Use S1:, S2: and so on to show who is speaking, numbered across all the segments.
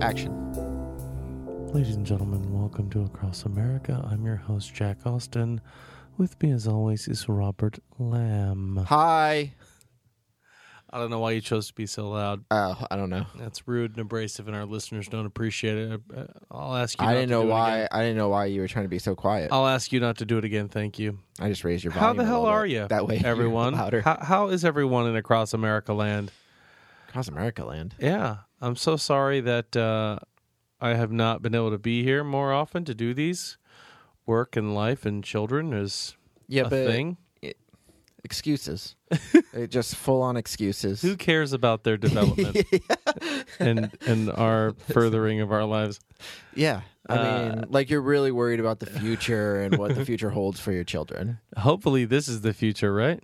S1: Action.
S2: Ladies and gentlemen, welcome to Across America. I'm your host, Jack Austin. With me, as always, is Robert Lamb.
S1: Hi.
S2: I don't know why you chose to be so loud.
S1: Oh, I don't know.
S2: That's rude and abrasive, and our listeners don't appreciate it. I- I'll ask you.
S1: I
S2: not
S1: didn't
S2: to
S1: know
S2: do it
S1: why.
S2: again.
S1: I didn't know why you were trying to be so quiet.
S2: I'll ask you not to do it again. Thank you.
S1: I just raised your volume.
S2: How the
S1: a
S2: hell
S1: little
S2: are
S1: bit.
S2: you,
S1: That way, you're
S2: everyone?
S1: louder.
S2: How, how is everyone in across America land?
S1: Across America land.
S2: Yeah, I'm so sorry that uh, I have not been able to be here more often to do these. Work and life and children is
S1: Yeah,
S2: a
S1: but
S2: thing.
S1: excuses. Uh, just full on excuses.
S2: Who cares about their development and and our furthering of our lives?
S1: Yeah, I
S2: Uh,
S1: mean, like you're really worried about the future and what the future holds for your children.
S2: Hopefully, this is the future, right?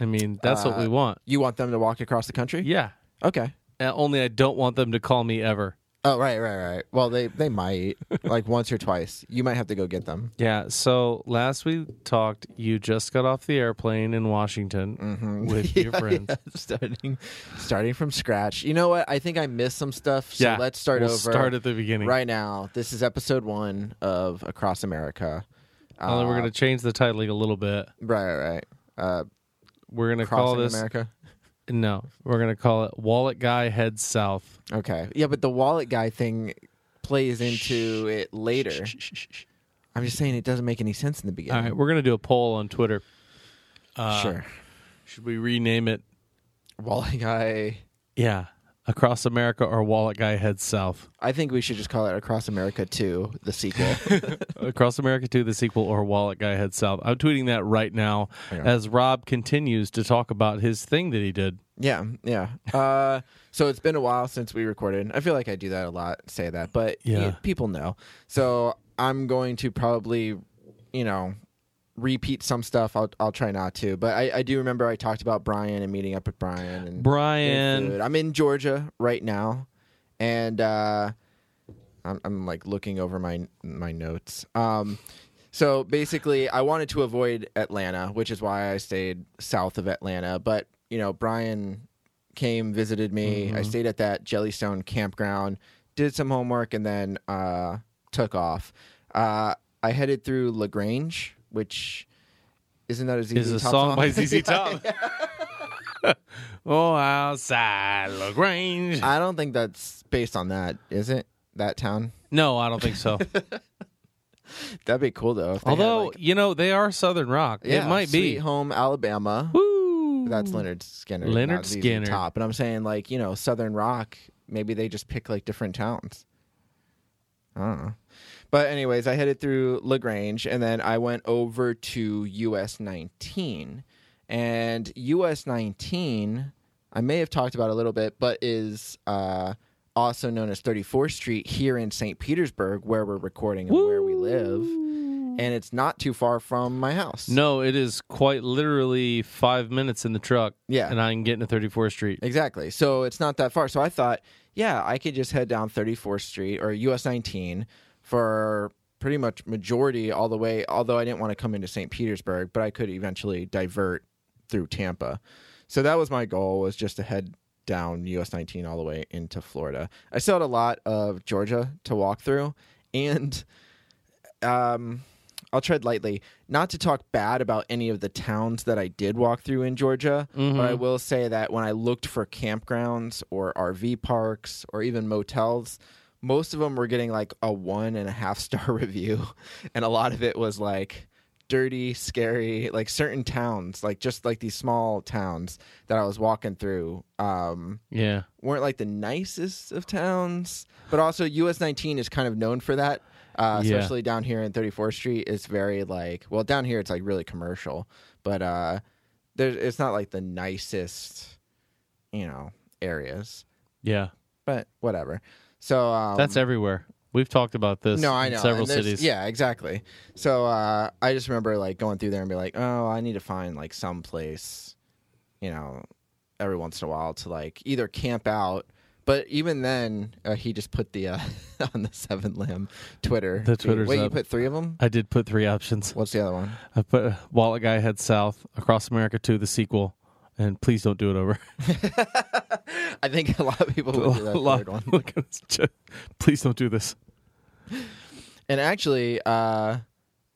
S2: I mean, that's what we
S1: Uh,
S2: want.
S1: You want them to walk across the country?
S2: Yeah.
S1: Okay.
S2: Uh, only I don't want them to call me ever.
S1: Oh right, right, right. Well, they they might like once or twice. You might have to go get them.
S2: Yeah. So last we talked, you just got off the airplane in Washington
S1: Mm-hmm.
S2: with your friends.
S1: starting starting from scratch. You know what? I think I missed some stuff. So
S2: Yeah,
S1: let's start
S2: we'll
S1: over.
S2: start at the beginning.
S1: Right now. This is episode one of Across America.
S2: Although we're gonna change the title a little bit.
S1: Right, right, right. Uh,
S2: We're gonna call
S1: crossing
S2: this
S1: America.
S2: no. We're gonna call it Wallet Guy Heads South.
S1: Okay. Yeah, but the wallet guy thing plays into it later. I'm just saying it doesn't make any sense in the
S2: All
S1: beginning.
S2: right, we're gonna do a poll on Twitter.
S1: sure.
S2: Uh, Should we rename it?
S1: Wallet guy.
S2: Yeah, Across America or Wallet Guy Heads South.
S1: I think we should just call it Across America 2, the sequel.
S2: Across America 2, the sequel, or Wallet Guy Heads South. I'm tweeting that right now as Rob continues to talk about his thing that he did.
S1: yeah, yeah. Uh, so it's been a while since we recorded. I feel like I do that a lot, say that, but
S2: Yeah.
S1: y- people know. So I'm going to probably, you know, repeat some stuff. I'll, I'll try not to, but I, I do remember I talked about Brian and meeting up with Brian and
S2: Brian.
S1: Good food. I'm in Georgia right now, and uh, I'm, I'm like looking over my my notes. Um, so basically, I wanted to avoid Atlanta, which is why I stayed south of Atlanta. But you know, Brian came visited me.
S2: Mm-hmm.
S1: I stayed at that Jellystone campground, did some homework, and then uh, took off. Uh, I headed through Lagrange, which isn't that a ZZ
S2: is a
S1: Top
S2: song by ZZ Top. oh, outside Lagrange.
S1: I don't think that's based on that, is it? That town.
S2: No, I don't think so.
S1: That'd be cool though. if they had,
S2: Although
S1: like,
S2: you know they are Southern rock, it
S1: yeah,
S2: might
S1: Sweet
S2: be.
S1: Home Alabama.
S2: Woo.
S1: That's Leonard Skinner.
S2: Leonard
S1: not ZZ
S2: Skinner.
S1: Top, and I'm saying like you know Southern rock. Maybe they just pick like different towns. I don't know. But anyways, I headed through Lagrange, and then I went over to US 19, and US 19. I may have talked about a little bit, but is uh, also known as 34th Street here in St. Petersburg, where we're recording and where we live. And it's not too far from my house.
S2: No, it is quite literally five minutes in the truck.
S1: Yeah.
S2: and I can get into 34th Street.
S1: Exactly. So it's not that far. So I thought, yeah, I could just head down 34th Street or US 19 for pretty much majority all the way, although I didn't want to come into St. Petersburg, but I could eventually divert through Tampa. So that was my goal was just to head down US 19 all the way into Florida. I still had a lot of Georgia to walk through and um I'll tread lightly, not to talk bad about any of the towns that I did walk through in Georgia, but I will say that when I looked for campgrounds or RV parks or even motels, most of them were getting like a one and a half star review, and a lot of it was like dirty, scary, like certain towns, like just like these small towns that I was walking through, um,
S2: Yeah.
S1: weren't like the nicest of towns. But also, US 19 is kind of known for that, uh,
S2: Yeah.
S1: especially down here in 34th Street. It's very like, well, down here it's like really commercial, but uh, there's it's not like the nicest, you know, areas.
S2: Yeah.
S1: But whatever. So um,
S2: That's everywhere. We've talked about this
S1: no, I
S2: in
S1: know.
S2: several
S1: And there's-
S2: cities.
S1: Yeah, exactly. So uh, I just remember like going through there and be like, oh, I need to find like some place, you know, every once in a while to like either camp out. But even then, uh, he just put the uh, on the seven limb Twitter.
S2: The Twitter's
S1: Wait, you
S2: up.
S1: put three of them?
S2: I did put three options.
S1: What's the other one?
S2: I put uh, Wallet Guy Head South, Across America 2, the sequel, and please don't do it over.
S1: I think a lot of people would do that
S2: A lot-
S1: third one.
S2: look at this ch- please don't do this.
S1: And actually, uh,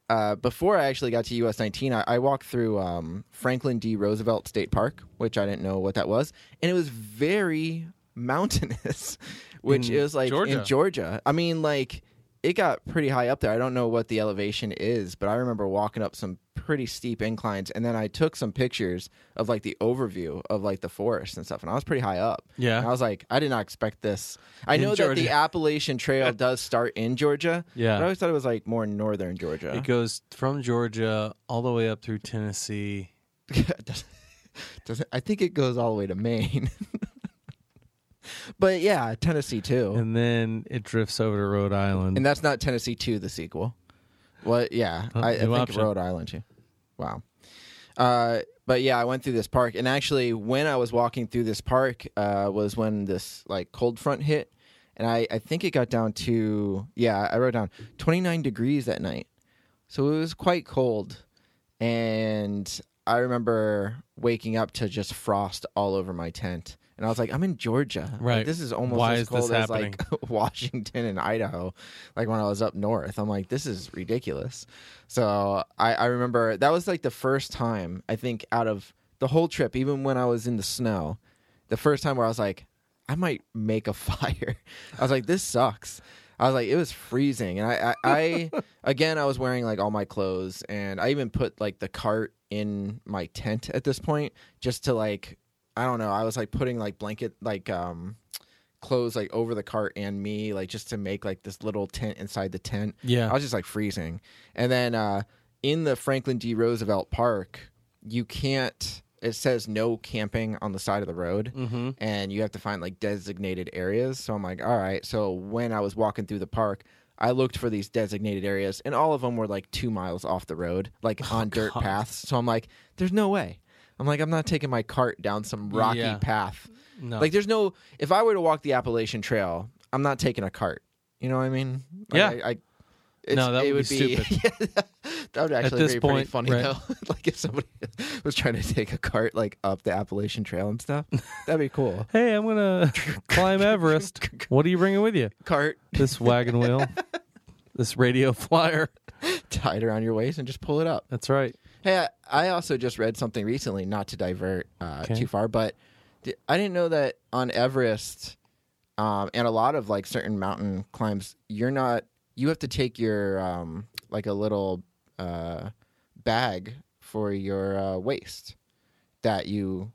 S1: uh, before I actually got to US 19, I, I walked through um, Franklin D. Roosevelt State Park, which I didn't know what that was. And it was very mountainous, which
S2: In
S1: is like
S2: Georgia.
S1: in Georgia. I mean, like, it got pretty high up there. I don't know what the elevation is, but I remember walking up some pretty steep inclines. And then I took some pictures of like the overview of like the forest and stuff. And I was pretty high up.
S2: Yeah.
S1: And I was like, I did not expect this. I
S2: In
S1: know that the
S2: Georgia.
S1: Appalachian Trail does start in Georgia.
S2: Yeah.
S1: But I always thought it was like more northern Georgia.
S2: It goes from Georgia all the way up through Tennessee.
S1: Doesn't- doesn't- I think it goes all the way to Maine. but yeah, Tennessee too. And,
S2: And then it drifts over to Rhode Island.
S1: that's not Tennessee two, the sequel. What? Yeah,
S2: Oh,
S1: I, I
S2: new
S1: think
S2: option.
S1: Rhode Island too. Wow. Uh, but yeah, I went through this park, and actually, when I was walking through this park, uh, was when this like cold front hit, and I, I think it got down to yeah, I wrote down twenty nine degrees that night. So it was quite cold. And I remember waking up to just frost all over my tent. And I was like, I'm in Georgia. Like,
S2: Right.
S1: this is almost
S2: Why
S1: as
S2: is this
S1: cold as like Washington and Idaho, like when I was up north. I'm like, this is ridiculous. So I, I remember that was like the first time, I think, out of the whole trip, even when I was in the snow, the first time where I was like, I might make a fire. I was like, this sucks. I was like, it was freezing, and I, I, I again, I was wearing like all my clothes, and I even put like the cart in my tent at this point, just to like, I don't know, I was like putting like blanket, like um, clothes like over the cart and me, like just to make like this little tent inside the tent.
S2: Yeah.
S1: I was just like freezing, and then uh, in the Franklin D. Roosevelt Park, you can't. It says no camping on the side of the road
S2: mm-hmm.
S1: and you have to find like designated areas. So I'm like, all right. So when I was walking through the park, I looked for these designated areas, and all of them were like two miles off the road, like on dirt
S2: Oh, God.
S1: paths. So I'm like, there's no way. I'm like, I'm not taking my cart down some rocky
S2: Yeah.
S1: path.
S2: No.
S1: Like, there's no. If I were to walk the Appalachian Trail, I'm not taking a cart. You know what I mean? Like,
S2: Yeah.
S1: I. I it's,
S2: No, that
S1: it
S2: would be
S1: Yeah, that would actually
S2: this
S1: be pretty
S2: point,
S1: funny
S2: right.
S1: though. like if somebody was trying to take a cart like up the Appalachian Trail and stuff, that'd be cool.
S2: hey, I'm gonna climb Everest. What are you bringing with you?
S1: cart
S2: This wagon wheel, this radio flyer.
S1: tied around your waist and just pull it up.
S2: That's right.
S1: Hey, I, I also just read something recently, not to divert uh,
S2: Okay.
S1: too far, but di- I didn't know that on Everest um, and a lot of like certain mountain climbs, you're not, you have to take your um, like a little uh, bag for your uh, waist that you,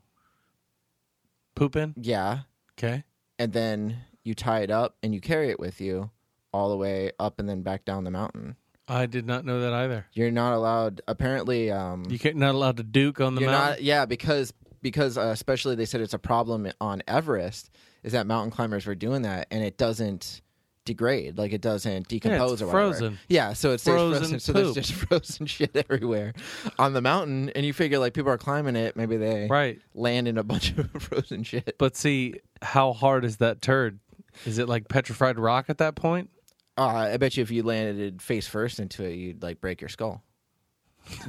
S2: Poop in.
S1: yeah,
S2: Okay.
S1: and then you tie it up and you carry it with you all the way up and then back down the mountain.
S2: I did not know that either.
S1: You're not allowed, apparently. Um,
S2: You can't not allowed to duke on the
S1: You're
S2: mountain.
S1: not, yeah, because because uh, especially they said it's a problem on Everest is that mountain climbers were doing that and it doesn't degrade, like it doesn't decompose or whatever.
S2: frozen.
S1: Yeah, so it's frozen.
S2: Frozen
S1: frozen so there's
S2: poop.
S1: just frozen shit everywhere on the mountain, and you figure like people are climbing it, maybe they
S2: right.
S1: land in a bunch of frozen shit.
S2: But see, how hard is that turd? Is it like petrified rock at that point?
S1: Uh, I bet you if you landed face first into it, you'd like break your skull.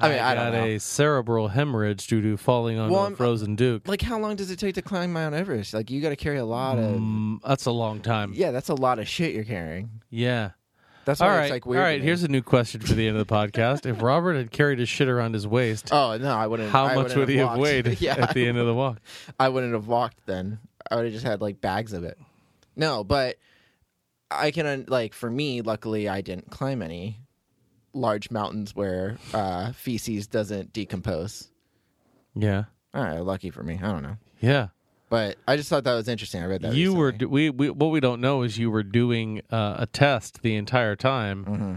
S1: I mean, I,
S2: got
S1: don't know.
S2: a cerebral hemorrhage due to falling on
S1: Well,
S2: a
S1: I'm-
S2: frozen duke.
S1: Like, how long does it take to climb Mount Everest? Like, you got to carry a lot of
S2: Mm, that's a long time.
S1: Yeah, that's a lot of shit you're carrying.
S2: Yeah.
S1: That's why
S2: All right.
S1: it's like weird.
S2: All right.
S1: to me.
S2: Here's a new question for the end of the podcast. if Robert had carried his shit around his waist,
S1: oh no, I wouldn't.
S2: how
S1: I
S2: much
S1: wouldn't
S2: would he have
S1: walked.
S2: weighed
S1: yeah,
S2: at the end of the walk?
S1: I wouldn't have walked then. I would have just had like bags of it. No, but I can un- like for me, luckily I didn't climb any. large mountains where uh, feces doesn't decompose.
S2: Yeah.
S1: All right, lucky for me. I don't know,
S2: Yeah.
S1: but I just thought that was interesting. I read that
S2: you were
S1: recently.
S2: do- we, we what we don't know is you were doing uh, a test the entire time
S1: Mm-hmm.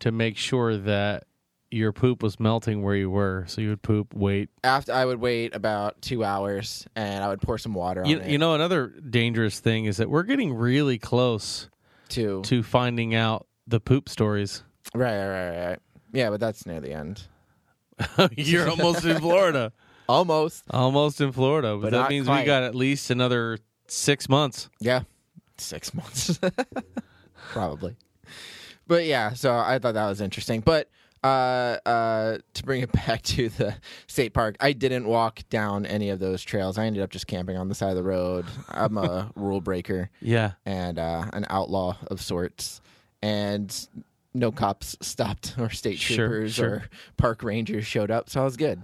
S2: to make sure that your poop was melting where you were. So you would poop, wait.
S1: after I would wait about two hours and I would pour some water on
S2: You,
S1: it
S2: you know, another dangerous thing is that we're getting really close
S1: to,
S2: to finding out the poop stories.
S1: right, right, right, right. Yeah, but that's near the end.
S2: You're almost in Florida.
S1: Almost.
S2: Almost in Florida, but,
S1: But
S2: that
S1: not
S2: means we
S1: quite.
S2: got at least another six months.
S1: Yeah, six months, probably. But yeah, so I thought that was interesting. But uh, uh, to bring it back to the state park, I didn't walk down any of those trails. I ended up just camping on the side of the road. I'm a rule breaker
S2: Yeah.
S1: and uh, an outlaw of sorts, and no cops stopped or state
S2: Sure,
S1: troopers
S2: sure.
S1: or park rangers showed up, so I was good.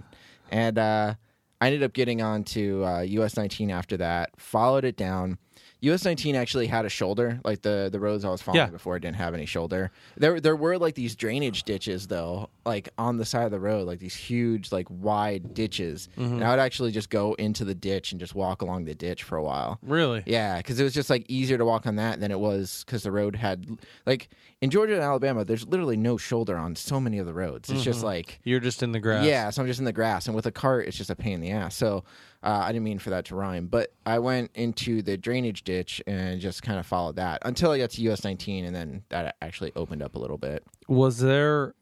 S1: And uh, I ended up getting onto uh, US 19 after that, followed it down. US 19 actually had a shoulder, like the the roads I was following
S2: Yeah.
S1: before didn't have any shoulder. There there were like these drainage ditches though, like on the side of the road, like these huge like wide ditches.
S2: Mm-hmm.
S1: And I would actually just go into the ditch and just walk along the ditch for a while.
S2: Really?
S1: Yeah, because it was just like easier to walk on that than it was because the road had like in Georgia and Alabama. There's literally no shoulder on so many of the roads. It's just like
S2: You're just in the grass.
S1: yeah, so I'm just in the grass, and with a cart, it's just a pain in the ass. So uh, I didn't mean for that to rhyme, but I went into the drainage ditch and just kind of followed that until I got to US 19, and then that actually opened up a little bit.
S2: Was there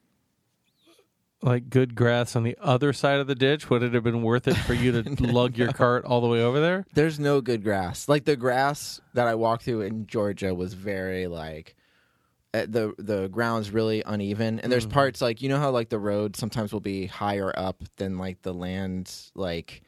S2: like good grass on the other side of the ditch? Would it have been worth it for you to lug your cart all the way over there?
S1: There's no good grass. Like the grass that I walked through in Georgia was very like uh, the the ground's really uneven, and there's parts like you know how like the road sometimes will be higher up than like the land like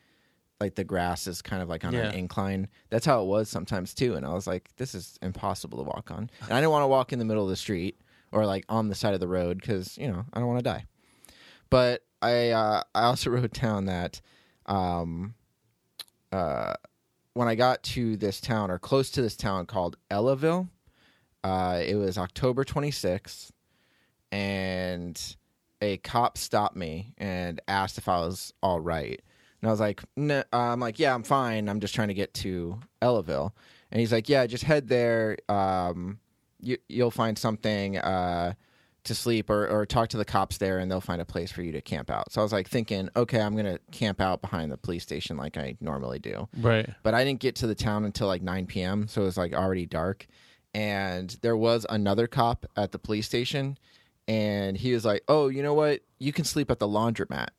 S1: like the grass is kind of like on
S2: Yeah.
S1: an incline. That's how it was sometimes too, and I was like, this is impossible to walk on, and I didn't want to walk in the middle of the street or like on the side of the road because you know I don't want to die. But I uh, I also wrote down that. Um, when I got to this town or close to this town called Ellaville, uh, it was October 26th, and a cop stopped me and asked if I was all right. And I was like, no, uh, I'm like, yeah, I'm fine. I'm just trying to get to Ellaville. And he's like, yeah, just head there. Um, you, you'll find something uh, to sleep or, or talk to the cops there and they'll find a place for you to camp out. So I was like thinking, okay, I'm going to camp out behind the police station like I normally do
S2: Right.
S1: but I didn't get to the town until like 9 p.m. So it was like already dark. And there was another cop at the police station. And he was like, Oh, you know what? You can sleep at the laundromat.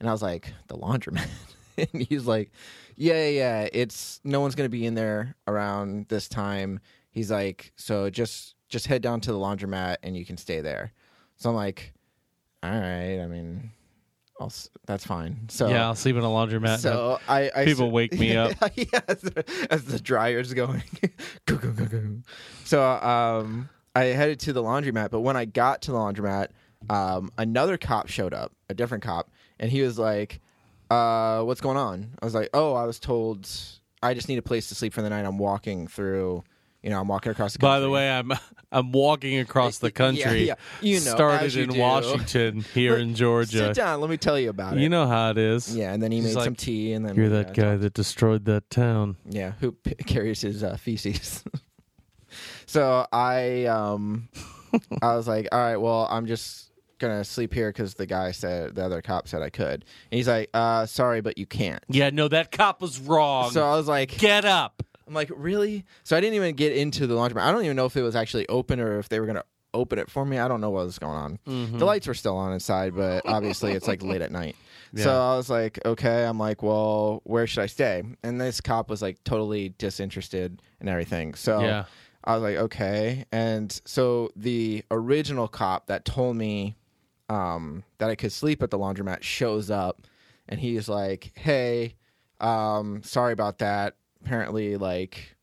S1: And I was like, The laundromat? and he's like, Yeah, yeah, yeah. It's no one's going to be in there around this time. He's like, So just just head down to the laundromat and you can stay there. So I'm like, All right. I mean, I'll, s- that's fine. So
S2: yeah, I'll sleep in a laundromat.
S1: so I, I
S2: Uh-huh. people wake me up.
S1: yeah, as, the, as the dryer's going. Go, go, go, go. so um, I headed to the laundromat, but when I got to the laundromat, um, another cop showed up, a different cop, and he was like, uh, "What's going on?" I was like, "Oh, I was told I just need a place to sleep for the night. I'm walking through." You know, I'm walking across the country.
S2: By the way, I'm I'm walking across the country.
S1: yeah. You know,
S2: started
S1: as you
S2: in
S1: do.
S2: Washington, here in Georgia.
S1: sit down. Let me tell you about it.
S2: You know how it is.
S1: yeah. And then he
S2: He's
S1: made
S2: like,
S1: some tea, and then
S2: You're
S1: yeah,
S2: that guy that destroyed that town.
S1: Yeah, who p- carries his uh, feces. so I, um, I was like, all right, well, I'm just gonna sleep here because the guy said the other cop said I could, and he's like, uh, sorry, but you can't.
S2: Yeah, no, that cop was wrong.
S1: So I was like,
S2: Get up.
S1: I'm like, really? So I didn't even get into the laundromat. I don't even know if it was actually open or if they were gonna open it for me. I don't know what was going on. The lights were still on inside, but obviously it's like late at night. So I was like, okay. I'm like, well, where should I stay? And this cop was like totally disinterested and everything. So
S2: Yeah.
S1: I was like, okay. And so the original cop that told me um, that I could sleep at the laundromat shows up and he's like, hey, um, sorry about that. Apparently, like,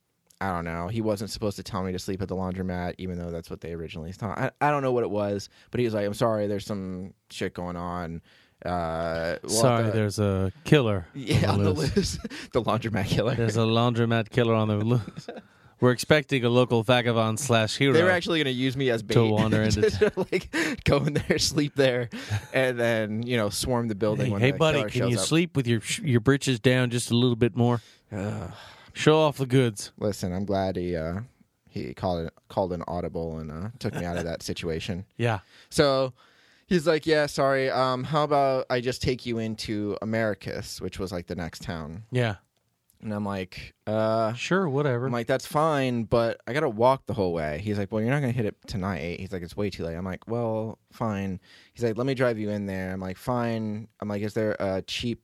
S1: I don't know. He wasn't supposed to tell me to sleep at the laundromat, even though that's what they originally thought. I, I don't know what it was, but he was like, I'm sorry, there's some shit going on. Uh, we'll have
S2: Sorry,
S1: to-
S2: there's a killer.
S1: Yeah, on the
S2: loose.
S1: loose. the laundromat killer.
S2: There's a laundromat killer on the loose. We're expecting a local vagabond slash hero.
S1: They were actually going to use me as bait
S2: wander into
S1: Just to, like go in there, sleep there, and then you know swarm the building.
S2: hey,
S1: when
S2: hey,
S1: the
S2: buddy,
S1: killer
S2: can
S1: shows
S2: you
S1: up.
S2: sleep with your your britches down just a little bit more? Show off the goods.
S1: Listen, I'm glad he uh, he called it, called an audible and uh, took me out of that situation.
S2: Yeah.
S1: So he's like, "Yeah, sorry. Um, how about I just take you into Americus, which was like the next town?"
S2: Yeah.
S1: And I'm like, "Uh,
S2: Sure, whatever.
S1: I'm like, that's fine, but I gotta walk the whole way. He's like, well, you're not gonna hit it tonight. He's like, it's way too late. I'm like, well, fine. He's like, let me drive you in there. I'm like, fine. I'm like, is there a cheap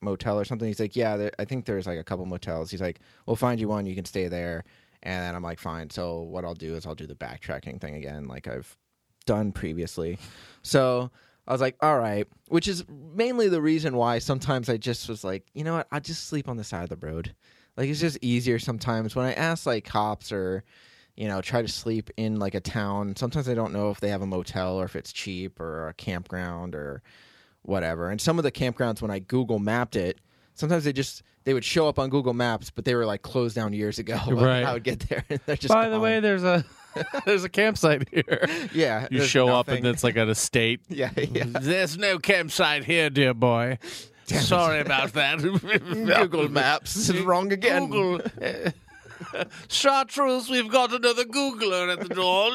S1: motel or something? He's like, yeah, there, I think there's like a couple motels. He's like, we'll find you one. You can stay there. And I'm like, fine. So what I'll do is I'll do the backtracking thing again, like I've done previously. So I was like, all right, which is mainly the reason why sometimes I just was like, you know what, I'll just sleep on the side of the road. Like it's just easier sometimes when I ask like cops or you know try to sleep in like a town. Sometimes I don't know if they have a motel or if it's cheap or a campground or whatever. And some of the campgrounds when I Google mapped it, sometimes they just they would show up on Google Maps, but they were like closed down years ago. And
S2: Right.
S1: I would get there and they're just
S2: By the
S1: gone.
S2: way, there's a there's a campsite here.
S1: yeah,
S2: You
S1: there's
S2: show up
S1: nothing.
S2: and it's like an estate.
S1: yeah, yeah.
S2: There's no campsite here, dear boy. Sorry about that.
S1: Google Maps is wrong again.
S2: Google. Chartreuse, we've got another Googler at the door.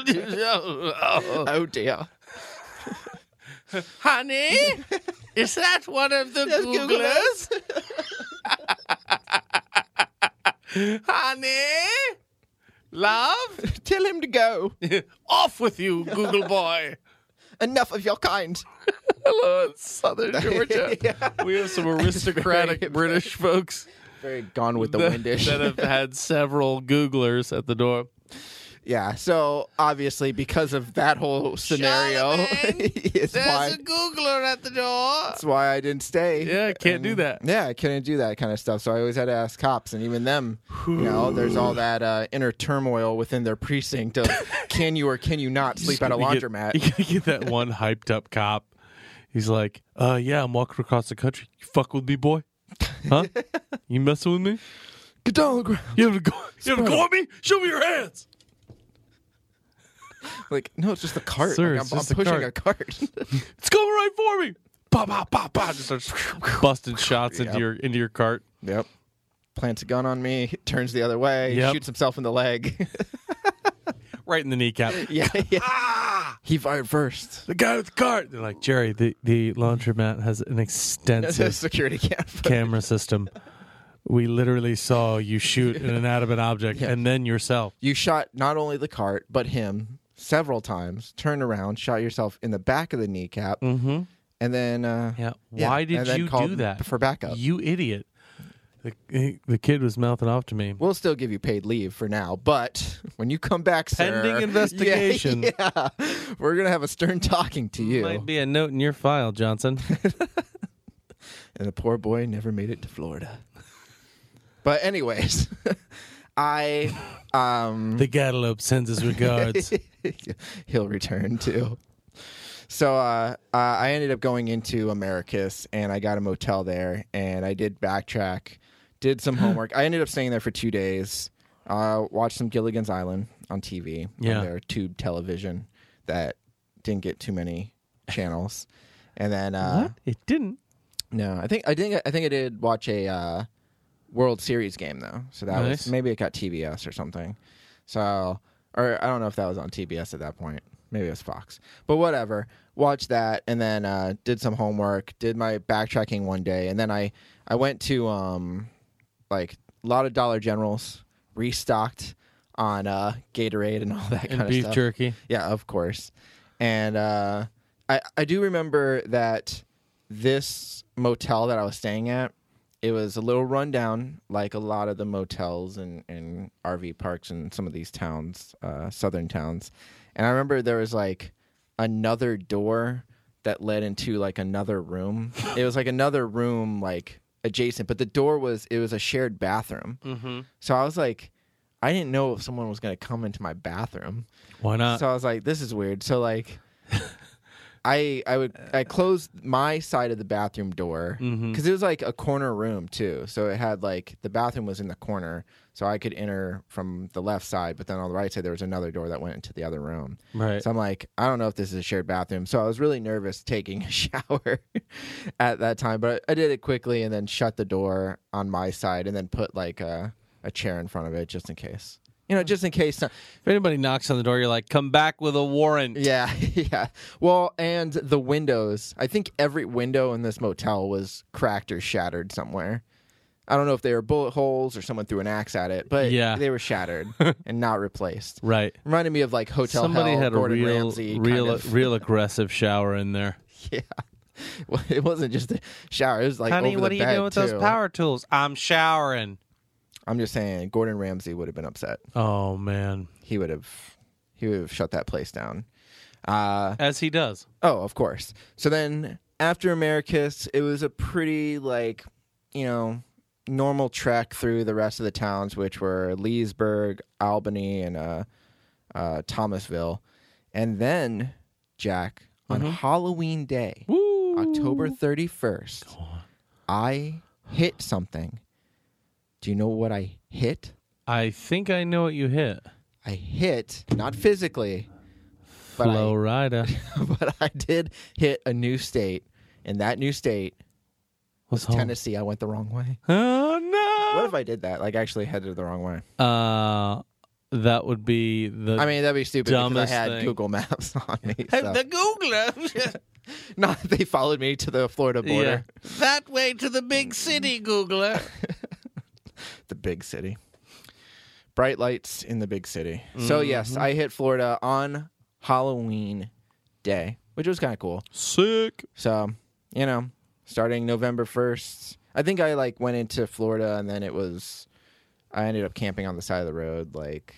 S1: Oh dear.
S2: Honey, is that one of the Honey, love,
S1: Tell him to go.
S2: off with you, Google boy.
S1: Enough of your kind.
S2: Hello, it's Southern Georgia. We have some aristocratic British folks
S1: Very gone with the
S2: that-
S1: windish.
S2: that have had several Googlers at the door.
S1: Yeah. So obviously, because of that whole scenario,
S2: Charlemagne,
S1: it's why
S2: Googler at the
S1: it's
S2: door.
S1: why I didn't stay.
S2: Yeah, can't do that.
S1: Yeah, I couldn't do that kind of stuff. So I always had to ask cops, and even them, you know, there's all that uh, inner turmoil within their precinct of can you or can you not sleep at a
S2: You get-
S1: laundromat?
S2: You get that one hyped up cop. He's like, uh, yeah, I'm walking across the country. You fuck with me, boy? Huh? you messing with me?
S1: Get down on the ground.
S2: You ever go, you ever
S1: Spread
S2: go at me? Show me your hands.
S1: Like, no, it's just a cart.
S2: Sir,
S1: like,
S2: it's
S1: I'm,
S2: just
S1: I'm
S2: a
S1: pushing
S2: cart.
S1: a cart.
S2: It's coming right for me. Bah, bah, bah, bah. Just starts busting shots into
S1: Yep.
S2: your into your cart.
S1: Yep. Plants a gun on me, turns the other way,
S2: Yep.
S1: shoots himself in the leg.
S2: Right in the kneecap.
S1: yeah, yeah.
S2: Ah!
S1: He fired first.
S2: The guy with the cart. They're like, Jerry, the, the laundromat has an extensive
S1: security camp.
S2: camera system. We literally saw you shoot an inanimate object and then yourself.
S1: You shot not only the cart, but him several times, turned around, shot yourself in the back of the kneecap,
S2: Mm-hmm.
S1: and then. Uh,
S2: Yeah. Why
S1: and
S2: did
S1: then
S2: you
S1: called
S2: do that?
S1: For backup.
S2: You idiot. The, the kid was mouthing off to me.
S1: We'll still give you paid leave for now, but when you come back, sir,
S2: Pending
S1: Yeah,
S2: investigation.
S1: yeah, we're gonna have a stern talking to you.
S2: Might be a note in your file, Johnson.
S1: and the poor boy never made it to Florida. But anyways, I um
S2: the Guadalupe sends his regards.
S1: he'll return too. So uh, uh, I ended up going into Americus, and I got a motel there, and I did backtrack, did some homework. I ended up staying there for two days. Uh, watched some Gilligan's Island on TV,
S2: Yeah.
S1: on their tube television that didn't get too many channels, and then uh,
S2: what? It didn't.
S1: no, I think I think I think I did watch a uh, World Series game though, so that
S2: Nice.
S1: was maybe it got TBS or something. So, or I don't know if that was on TBS at that point. Maybe it was Fox, but whatever. Watched that and then uh, did some homework. Did my backtracking one day, and then I I went to um like a lot of Dollar Generals, restocked on uh, Gatorade and all that kind
S2: And
S1: of
S2: beef
S1: stuff.
S2: jerky.
S1: Yeah, of course. And uh, I I do remember that this motel that I was staying at, it was a little rundown, like a lot of the motels and, and RV parks in some of these towns, uh, southern towns. And I remember there was like another door that led into like another room. It was like another room, like adjacent, but the door was it was a shared bathroom.
S2: Mm-hmm.
S1: So I was like, I didn't know if someone was gonna come into my bathroom
S2: Why not?
S1: so I was like, this is weird. So like I I would I closed my side of the bathroom door because it was like a corner room too. So it had like the bathroom was in the corner, so I could enter from the left side. But then on the right side there was another door that went into the other room.
S2: Right.
S1: So I'm like, I don't know if this is a shared bathroom. So I was really nervous taking a shower at that time, but I did it quickly and then shut the door on my side and then put like a a chair in front of it just in case. You know, just in case. some-
S2: If anybody knocks on the door, you're like, come back with a warrant.
S1: yeah, yeah. Well, and the windows. I think every window in this motel was cracked or shattered somewhere. I don't know if they were bullet holes or someone threw an axe at it, but
S2: Yeah.
S1: they were shattered and not replaced.
S2: Right.
S1: Reminded me of like Hotel
S2: Somebody
S1: Hell,
S2: had
S1: Gordon
S2: a real,
S1: Ramsay. kind
S2: real,
S1: of-
S2: real aggressive shower in there.
S1: yeah. Well, it wasn't just a shower. It was like over the bed, too.
S2: tools? I'm showering.
S1: I'm just saying, Gordon Ramsay would have been upset.
S2: Oh man,
S1: He would have, he would have shut that place down. Uh,
S2: as he does.
S1: Oh, of course. So then after Americus, it was a pretty like, you know, normal trek through the rest of the towns, which were Leesburg, Albany, and uh, uh, Thomasville. And then Jack on Halloween Day, October thirty first, I hit something. Do you know what I hit?
S2: I think I know what you hit.
S1: I hit not physically, but I-
S2: Flow rider.
S1: but I did hit a new state, and that new state,
S2: What's home?
S1: Tennessee, I went the wrong way. What
S2: Oh
S1: if I did that? Like, actually headed the wrong way?
S2: no. Uh, that would be the.
S1: I mean, that'd be stupid because
S2: Dumbest
S1: I had
S2: thing.
S1: Google Maps on me. so-
S2: Googler.
S1: Not that they followed me to the Florida border, Mm-hmm.
S2: That way to the big city, Googler.
S1: the big city. Bright lights in the big city. So, yes,
S2: Mm-hmm.
S1: I hit Florida on Halloween day, which was kind of cool.
S2: Sick.
S1: So, you know, starting November 1st, I think I like went into Florida and then it was I ended up camping on the side of the road like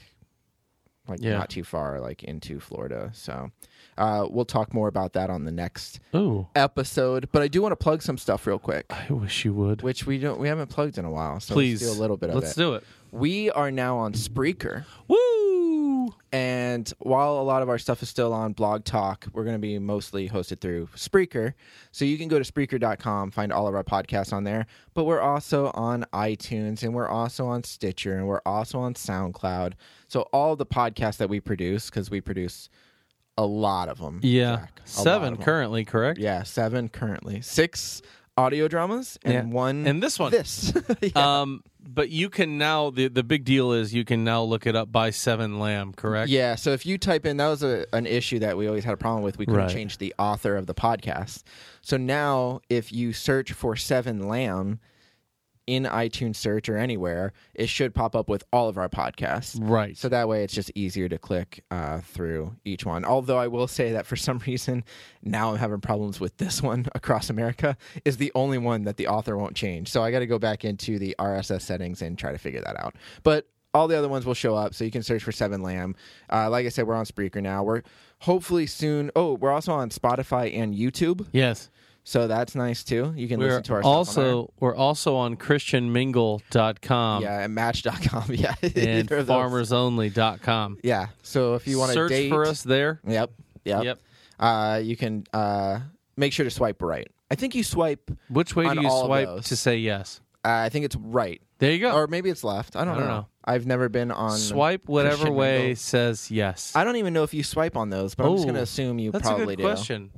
S1: like
S2: Yeah.
S1: not too far like into Florida. So, uh we'll talk more about that on the next
S2: Ooh,
S1: episode, but I do want to plug some stuff real quick,
S2: I wish you would.
S1: which we don't we haven't plugged in a while. So
S2: Please
S1: let's do a little bit of
S2: Let's
S1: it.
S2: do it.
S1: we are now on Spreaker.
S2: Woo!
S1: And while a lot of our stuff is still on Blog Talk, we're going to be mostly hosted through Spreaker. So you can go to Spreaker.com, find all of our podcasts on there. But we're also on iTunes, and we're also on Stitcher, and we're also on SoundCloud. So all the podcasts that we produce, because we produce a lot of them.
S2: Yeah,
S1: Jack, a lot
S2: seven
S1: of 'em.
S2: currently, correct?
S1: Yeah, seven currently. Six audio dramas and
S2: Yeah.
S1: one.
S2: And this one.
S1: This. Yeah.
S2: Um, but you can now the the big deal is you can now look it up by Seven Lamb, correct?
S1: Yeah, so if you type in, that was a, an issue that we always had a problem with. We couldn't
S2: Right.
S1: change the author of the podcast. So now, if you search for Seven Lamb in iTunes search or anywhere, it should pop up with all of our podcasts.
S2: Right.
S1: So that way, it's just easier to click uh, through each one. Although I will say that for some reason, now I'm having problems with this one. Across America is the only one that the author won't change. So I got to go back into the RSS settings and try to figure that out. But all the other ones will show up, so you can search for Seven Lamb. Uh, like I said, we're on Spreaker now. We're hopefully soon. Oh, we're also on Spotify and YouTube,
S2: Yes.
S1: so that's nice too. You can
S2: We're
S1: listen to our stuff on there.
S2: also we're also on christianmingle.com
S1: yeah, at match.com. Yeah,
S2: Um, and
S1: either of those.
S2: farmersonly.com.
S1: Yeah, so if you want to
S2: Search
S1: date,
S2: for us there.
S1: Yep. Yep.
S2: Yep.
S1: Uh, you can uh, make sure to swipe right. I think you swipe. Uh,
S2: Which way
S1: On
S2: do you
S1: all of
S2: swipe
S1: those.
S2: to say yes?
S1: I think it's right,
S2: There you go.
S1: or maybe it's left. I don't,
S2: Oh. I don't know.
S1: I've never been on
S2: swipe whatever
S1: Christian
S2: way
S1: Mingle.
S2: says yes.
S1: I don't even know if you swipe on those, but I'm just
S2: Oh,
S1: going to assume you
S2: That's
S1: probably
S2: a good
S1: do.
S2: question.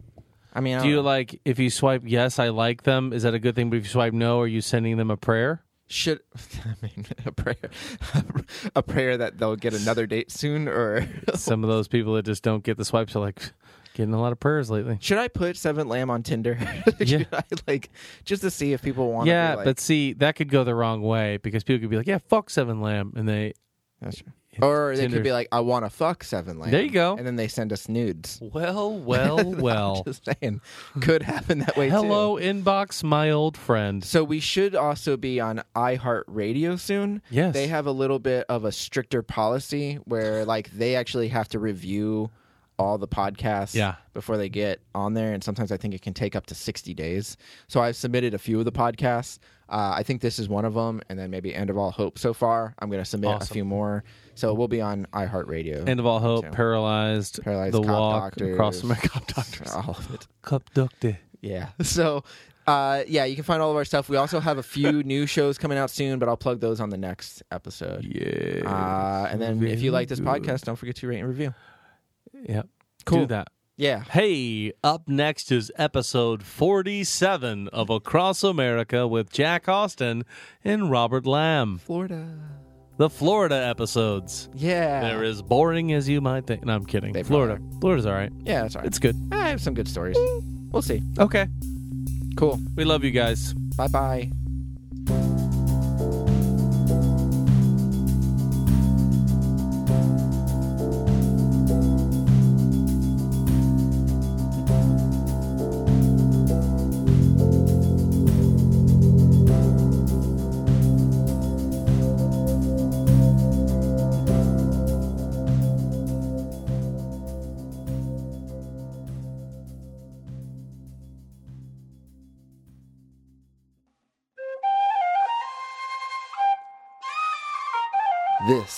S1: I mean, I
S2: Do you
S1: don't know.
S2: like if you swipe yes, I like them? Is that a good thing? But if you swipe no, are you sending them a prayer?
S1: should I mean a prayer, a prayer that they'll get another date soon, or
S2: Some of those people that just don't get the swipes are like getting a lot of prayers lately.
S1: should I put Seven Lamb on Tinder?
S2: Yeah.
S1: Should I, like just to see if people want.
S2: Yeah,
S1: be like,
S2: but see, that could go the wrong way because people could be like, "Yeah, fuck Seven Lamb," and they,
S1: That's true. Or they
S2: Tinder.
S1: could be like, I want to fuck Seven Lamb.
S2: There you go.
S1: And then they send us nudes.
S2: well, well, well.
S1: Just saying, could happen that way. too.
S2: Hello, inbox, my old friend.
S1: So we should also be on iHeartRadio soon.
S2: Yes.
S1: they have a little bit of a stricter policy where like they actually have to review all the podcasts
S2: Yeah.
S1: before they get on there, and sometimes I think it can take up to sixty days. So I've submitted a few of the podcasts. Uh, I think this is one of them, and then maybe End of All Hope. So far, I'm going to submit a
S2: Awesome.
S1: few more. So we'll be on iHeartRadio.
S2: End of all hope, paralyzed,
S1: Paralyzed
S2: the
S1: cop
S2: walk
S1: doctors.
S2: across the cop doctors,
S1: all of it.
S2: cop doctor.
S1: Yeah. So, uh, yeah, you can find all of our stuff. We also have a few new shows coming out soon, but I'll plug those on the next episode.
S2: Yeah.
S1: Uh, and then if you like this podcast, don't forget to rate and review.
S2: Yep.
S1: Cool.
S2: Do that.
S1: Yeah.
S2: Hey, up next is episode 47 of Across America with Jack Austin and Robert Lamb.
S1: Florida.
S2: The Florida episodes.
S1: Yeah.
S2: They're as boring as you might think. No, I'm kidding.
S1: They
S2: Florida. Florida's all right.
S1: Yeah, that's all right.
S2: It's good.
S1: I have some good stories. We'll see.
S2: Okay.
S1: Cool.
S2: We love you guys.
S1: Bye bye.
S3: This